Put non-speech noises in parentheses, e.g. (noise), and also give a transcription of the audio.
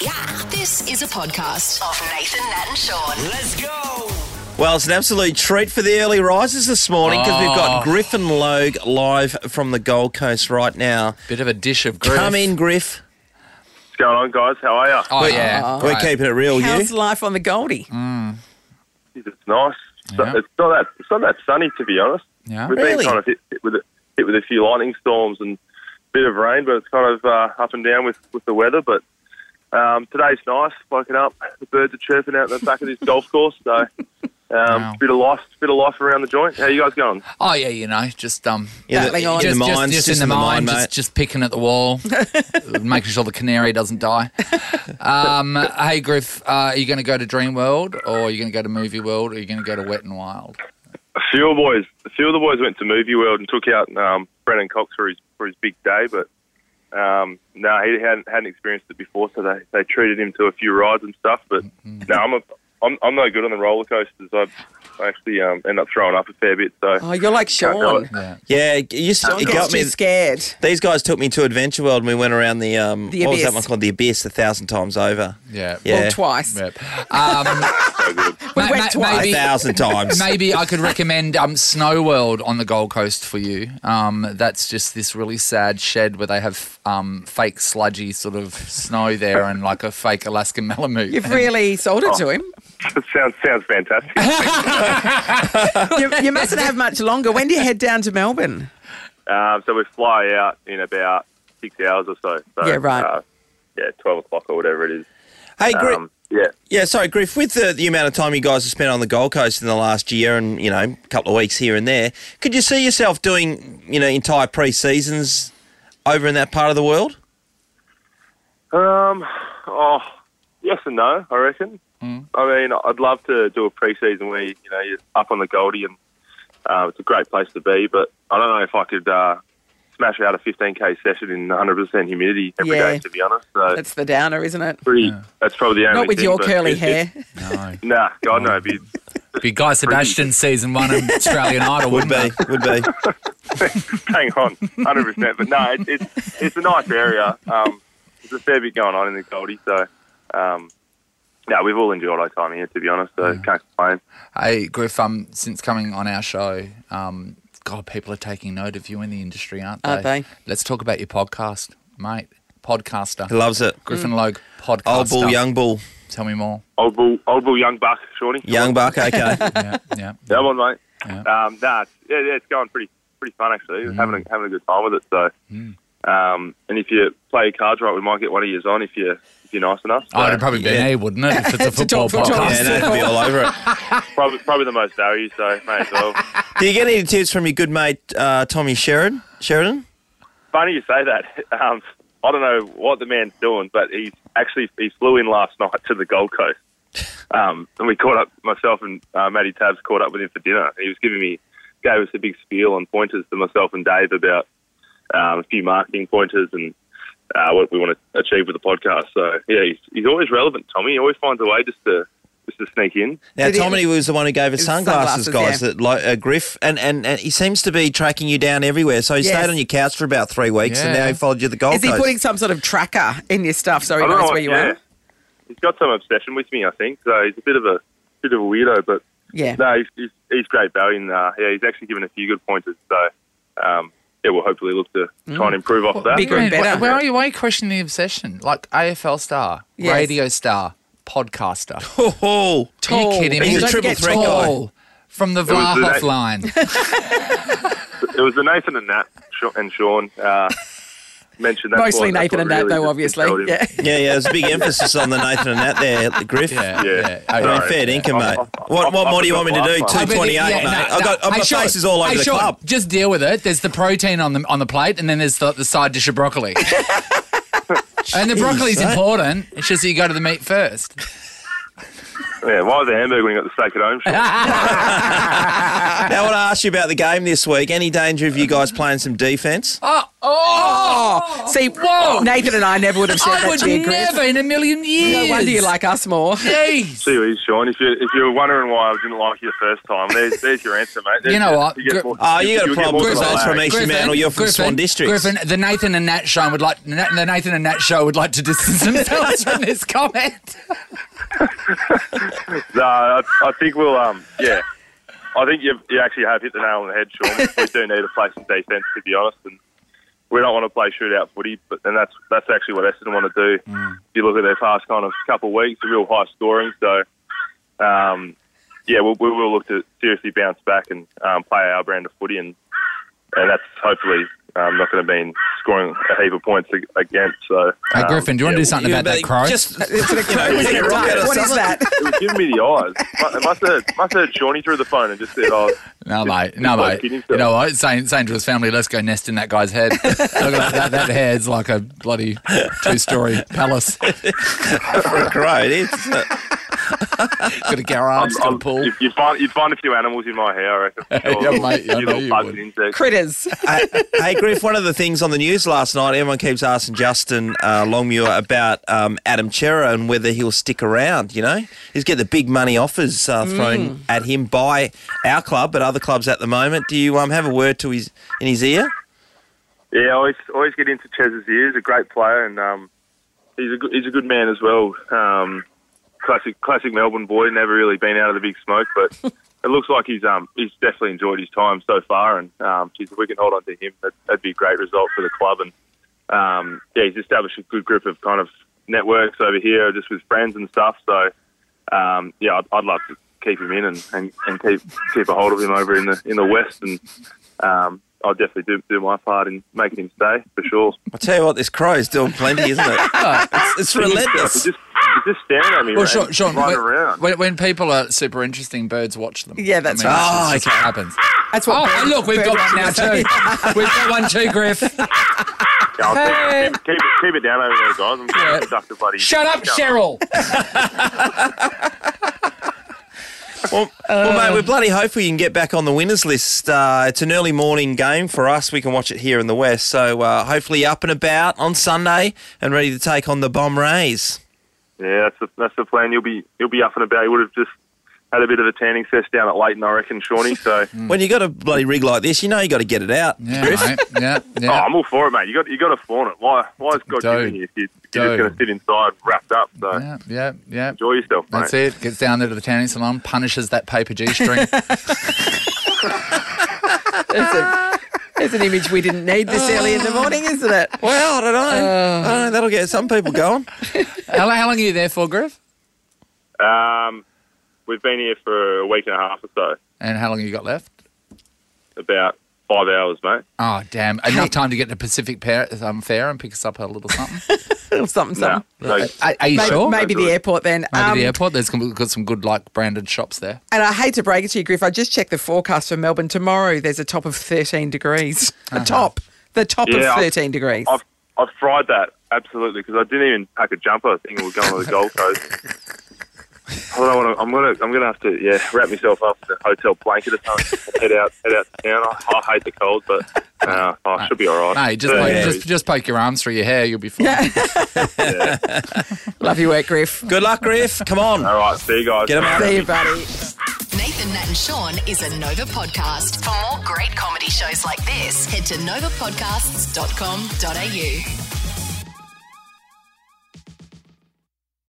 Yeah. This is a podcast of Nathan, Nat, and Sean. Let's go. Well, it's an absolute treat for the early risers this morning because we've Oh. got Griffin Logue live from the Gold Coast right now. Bit of a dish of grief. Come in, Griff. What's going on, guys? How are you? Oh, yeah. We're Great. keeping it real, How's you. life on the Goldie? It's nice. So- Yeah. It's not that. It's not that sunny, to be honest. Yeah. We've Really? been kind of hit, hit with a, hit with a few lightning storms and a bit of rain, but it's kind of uh, up and down with, with the weather. But um, today's nice. Waking up, the birds are chirping out the back (laughs) of this golf course. So. Um, Wow. Bit of life, bit of life around the joint. How you guys going? Oh, yeah, you know, just um, Yeah, Battling on. just, in the just- mines, just, in the mine, just, mate. just picking at (laughs) the wall, making sure the canary doesn't die. Um, hey, Griff, uh, are you going to go to Dream World or are you going to go to Movie World or are you going to go to Wet and Wild? A few of the boys, a few of the boys went to Movie World and took out um, Brennan Cox for his for his big day, but um, no, he hadn't hadn't experienced it before, so they, they treated him to a few rides and stuff. But no, I'm a I'm I'm no good on the roller coasters. I, I actually um, end up throwing up a fair bit. So Oh, you're like Can't do Sean. it. Yeah. Yeah, it, used to- Sean it gets got me. too scared. These guys took me to Adventure World and we went around the, um, The what was that abyss. one called? The Abyss a thousand times over. Yeah. Yeah. Well, twice. Yep. Um, so good. (laughs) We Ma- went ma- (laughs) twice. A maybe- thousand times. Maybe I could recommend um, Snow World on the Gold Coast for you. Um, that's just this really sad shed where they have um, fake sludgy sort of snow there and like a fake Alaskan Malamute. You've really sold it Oh. (laughs) to him. It sounds sounds Uh-huh. fantastic. You, you mustn't have much longer. When do you head down to Melbourne? um, so we fly out in about six hours or so. so Yeah, right. Uh, yeah, twelve o'clock or whatever it is. hey, Griff. Um, yeah. yeah, sorry, Griff. With the, the amount of time you guys have spent on the Gold Coast in the last year and, you know, a couple of weeks here and there, could you see yourself doing, you know, entire pre seasons over in that part of the world? Um, oh, yes and no, I reckon. Hmm. I mean, I'd love to do a preseason where you know you're up on the Goldie, and uh, it's a great place to be. But I don't know if I could uh, smash out a 15k session in 100% humidity every day. Yeah. To be honest, so That's the downer, isn't it? pretty. That's probably the only. Not with thing, your but curly it- hair. it- nah, God no, it'd be Be Guy Sebastian season one of Australian Idol, Would wouldn't be, it? would be. hang on, 100. percent But no, it, it's it's a nice area. Um, there's a fair bit going on in the Goldie, so um, no, we've all enjoyed our time here. To be honest, so can't complain. Hey, Griff, um, since coming on our show, um, God, people are taking note of you in the industry, aren't they? Aren't they? Let's talk about your podcast, mate. He Podcaster. loves it. Griffin Logue, podcaster. Old bull, young bull, Tell me more. Old bull, old bull, young buck, Shawnee. young buck. (laughs) Okay. Yeah, yeah. That one, mate. Yeah. Mm. Um, nah, it's, yeah, yeah, it's going pretty, pretty fun actually. We're Having a, having a good time with it. So, um, and if you play your cards right, we might get one of yours on if you if you're nice enough. Oh, So, it'd probably be Yeah. me, wouldn't it? If it's a To football talk football. yeah, podcast. no, it'll be all over it. probably probably the most value. So, may as (laughs) well. Do you get any tips from your good mate uh, Tommy Sheridan? Sheridan? Funny you say that. (laughs) Um, I don't know what the man's doing, but he actually he flew in last night to the Gold Coast, (laughs) um, and we caught up. Myself and uh, Matty Tabs caught up with him for dinner. He was giving me gave us a big spiel on pointers to myself and Dave about um, a few marketing pointers and uh, what we want to achieve with the podcast. So yeah, he's, he's always relevant, Tommy. He always finds a way just to just to sneak in. Now, Did he- Tommy was the one who gave us His sunglasses, sunglasses, guys, yeah. that like uh, Griff, and, and, and he seems to be tracking you down everywhere. So he Yes. stayed on your couch for about three weeks, and Yeah. now he followed you to the Gold Is he Coast. putting some sort of tracker in your stuff so he I don't know knows what- where you yeah. are? He's got some obsession with me, I think. So he's a bit of a bit of a weirdo, but Yeah. No, he's, he's, he's great value, and uh, yeah, he's actually given a few good pointers. So, um, yeah, we'll hopefully look to try Mm. and improve off that. bigger and Wait, better. Where are you? Why are you questioning the obsession? Like AFL star, Yes. radio star, podcaster. Oh, oh. Are Tall. you kidding me? He's a Don't triple get threat tall. From the was the Vlahoff next- line. It was the Nathan and Nat Sha- and Sean (laughs) uh, mentioned that. Mostly Nathan and Nat, though, obviously. Yeah. Yeah, yeah. There's a big emphasis on the Nathan and that there, Griff. Yeah, (laughs) Yeah. yeah. I mean, Sorry. fair income, mate. I've- I've- What, what I've more do you want me to got do? my- Two twenty-eight, mate. I've got I've Hey, got Sean, faces all over hey, the Sean, club. Just deal with it. There's the protein on the on the plate, and then there's the, the side dish of (laughs) broccoli. and the broccoli's that- important. It's just that you go to the meat first. Yeah, why was a hamburger when you got the steak at home? (laughs) Sure. Now, I want to ask you about the game this week. Any danger of you guys playing some defence? Oh, oh, See, Whoa. Nathan and I never would have said I that would to you, Chris. never in a million years. No wonder you like (laughs) us more. Jeez. Jeez, Sean, if you if you were wondering why I didn't like you the first time, there's, there's your answer, mate. There's, You know what? You get more, Oh, you got a you'll get problem more with than those a from lag. East Fremantle. You're from Swan District. Griffin, the Nathan and Nat show would like Na- the Nathan and Nat show would like (laughs) to distance themselves from this comment. Um, No, I, I think we'll. Um, yeah, I think you you actually have hit the nail on the head, Sean. we do need to play some defence, to be honest, and we don't want to play shootout footy, but and that's that's actually what Essendon want to do. Mm. If you look at their past kind of couple of weeks, they're real high scoring. So, um, yeah, we'll, we will look to seriously bounce back and um, play our brand of footy, and and that's hopefully. um not going to be scoring a heap of points ag- against. So, Hey, um, Griffin, do you want to yeah, do something You about that better- crow? Just, (laughs) Yeah, Right, you're right. What is that? It was giving me the eyes. Mu- Must have, must have heard Shawnee through the phone and just said, "Oh, no, mate. it's No, mate. like kidding You know what? Saying, saying to his family, let's go nest in that guy's head. (laughs) Look at that, that head's like a bloody two-story palace. Great, isn't it? Got a garage, got a pool. you, you find you find a few animals in my hair, I reckon. (laughs) for sure. Yeah, mate, I know You little you bugs would. and insects. Critters. hey, hey, Griff, one of the things on the news last night, everyone keeps asking Justin uh, Longmuir about um, Adam Chera and whether he'll stick around, you know? He's get the big money offers uh, thrown at him by our club, but other clubs at the moment. Do you um, have a word to his in his ear? Yeah, always always get into Chez's ears. A great player, and um, he's a good, he's a good man as well. Um, classic classic Melbourne boy. Never really been out of the big smoke, but it looks like he's um he's definitely enjoyed his time so far. And um, geez, if we can hold on to him, that, that'd be a great result for the club. And um, yeah, he's established a good group of kind of networks over here, just with friends and stuff. So um, yeah, I'd, I'd love to keep him in and, and, and keep keep a hold of him over in the in the west and. Um, I'll definitely do, do my part in making him stay (laughs) for sure. I'll tell you what, this crow is doing plenty, isn't it? it's, it's He's relentless. just, he's just staring at me, Well, mate. Sean, Sean Right when, around. when, when people are super interesting, birds watch them. Yeah, that's right. that's just what happens. That's Oh, what. and look, we've got one now too. We've got one too, Griff. Yeah, I'll keep, keep, keep, it, keep it down over there, guys. I'm Yeah. going to conduct a bloody. Shut up, Yeah. Cheryl. Well, well, mate, we're bloody hopeful you can get back on the winners list. Uh, it's an early morning game for us. We can watch it here in the West. So uh, hopefully up and about on Sunday and ready to take on the Bomb Rays. Yeah, that's the, that's the plan. You'll be you'll be up and about. You would have just had a bit of a tanning session down at Leighton, I reckon, Shawnee. (laughs) So, Mm. When you got a bloody rig like this, you know you got to get it out. Yeah, mate. Yeah, (laughs) oh, yeah. I'm all for it, mate. You got you got to fawn it. Why why is God Dude. giving you if you- if Dude. you're just going to sit inside wrapped up? So yeah, yeah, yeah. Oh, enjoy yourself, mate. That's it. Gets down there to the tanning salon, punishes that paper G string. (laughs) Ah. It's an image we didn't need this early in the morning, isn't it? Well, I don't know. I don't know. That'll get some people going. how, how long are you there for, Griff? Um, we've been here for a week and a half or so, And how long you got left? about five hours, mate. Oh, damn. Enough time to get to Pacific Fair, um, Fair and pick us up a little something. Or something, Nah, something. no, are, are you Maybe, sure? maybe the airport then. Maybe Um, the airport. There's gonna be- got some good, like, branded shops there. And I hate to break it to you, Griff. I just checked the forecast for Melbourne tomorrow. There's a top of 13 degrees. (laughs) Uh-huh. A top. The top Yeah, of I've- 13 degrees. I've I've fried that absolutely because I didn't even pack a jumper. thinking we're going to the Gold Coast. I don't want to. I'm gonna. I'm gonna have to. Yeah, wrap myself up in a hotel blanket or something. and head out. Head out to town. I, I hate the cold, but uh, I should be all right. Hey, just, Yeah, poke, yeah. just, just poke your arms through your hair. You'll be fine. Love your work, Griff. Good luck, Griff. Come on. all right. See you guys. Get 'em out. See you, buddy. Nathan, Nat, and Sean is a Nova podcast. For more great comedy shows like this, head to novapodcasts.com.au.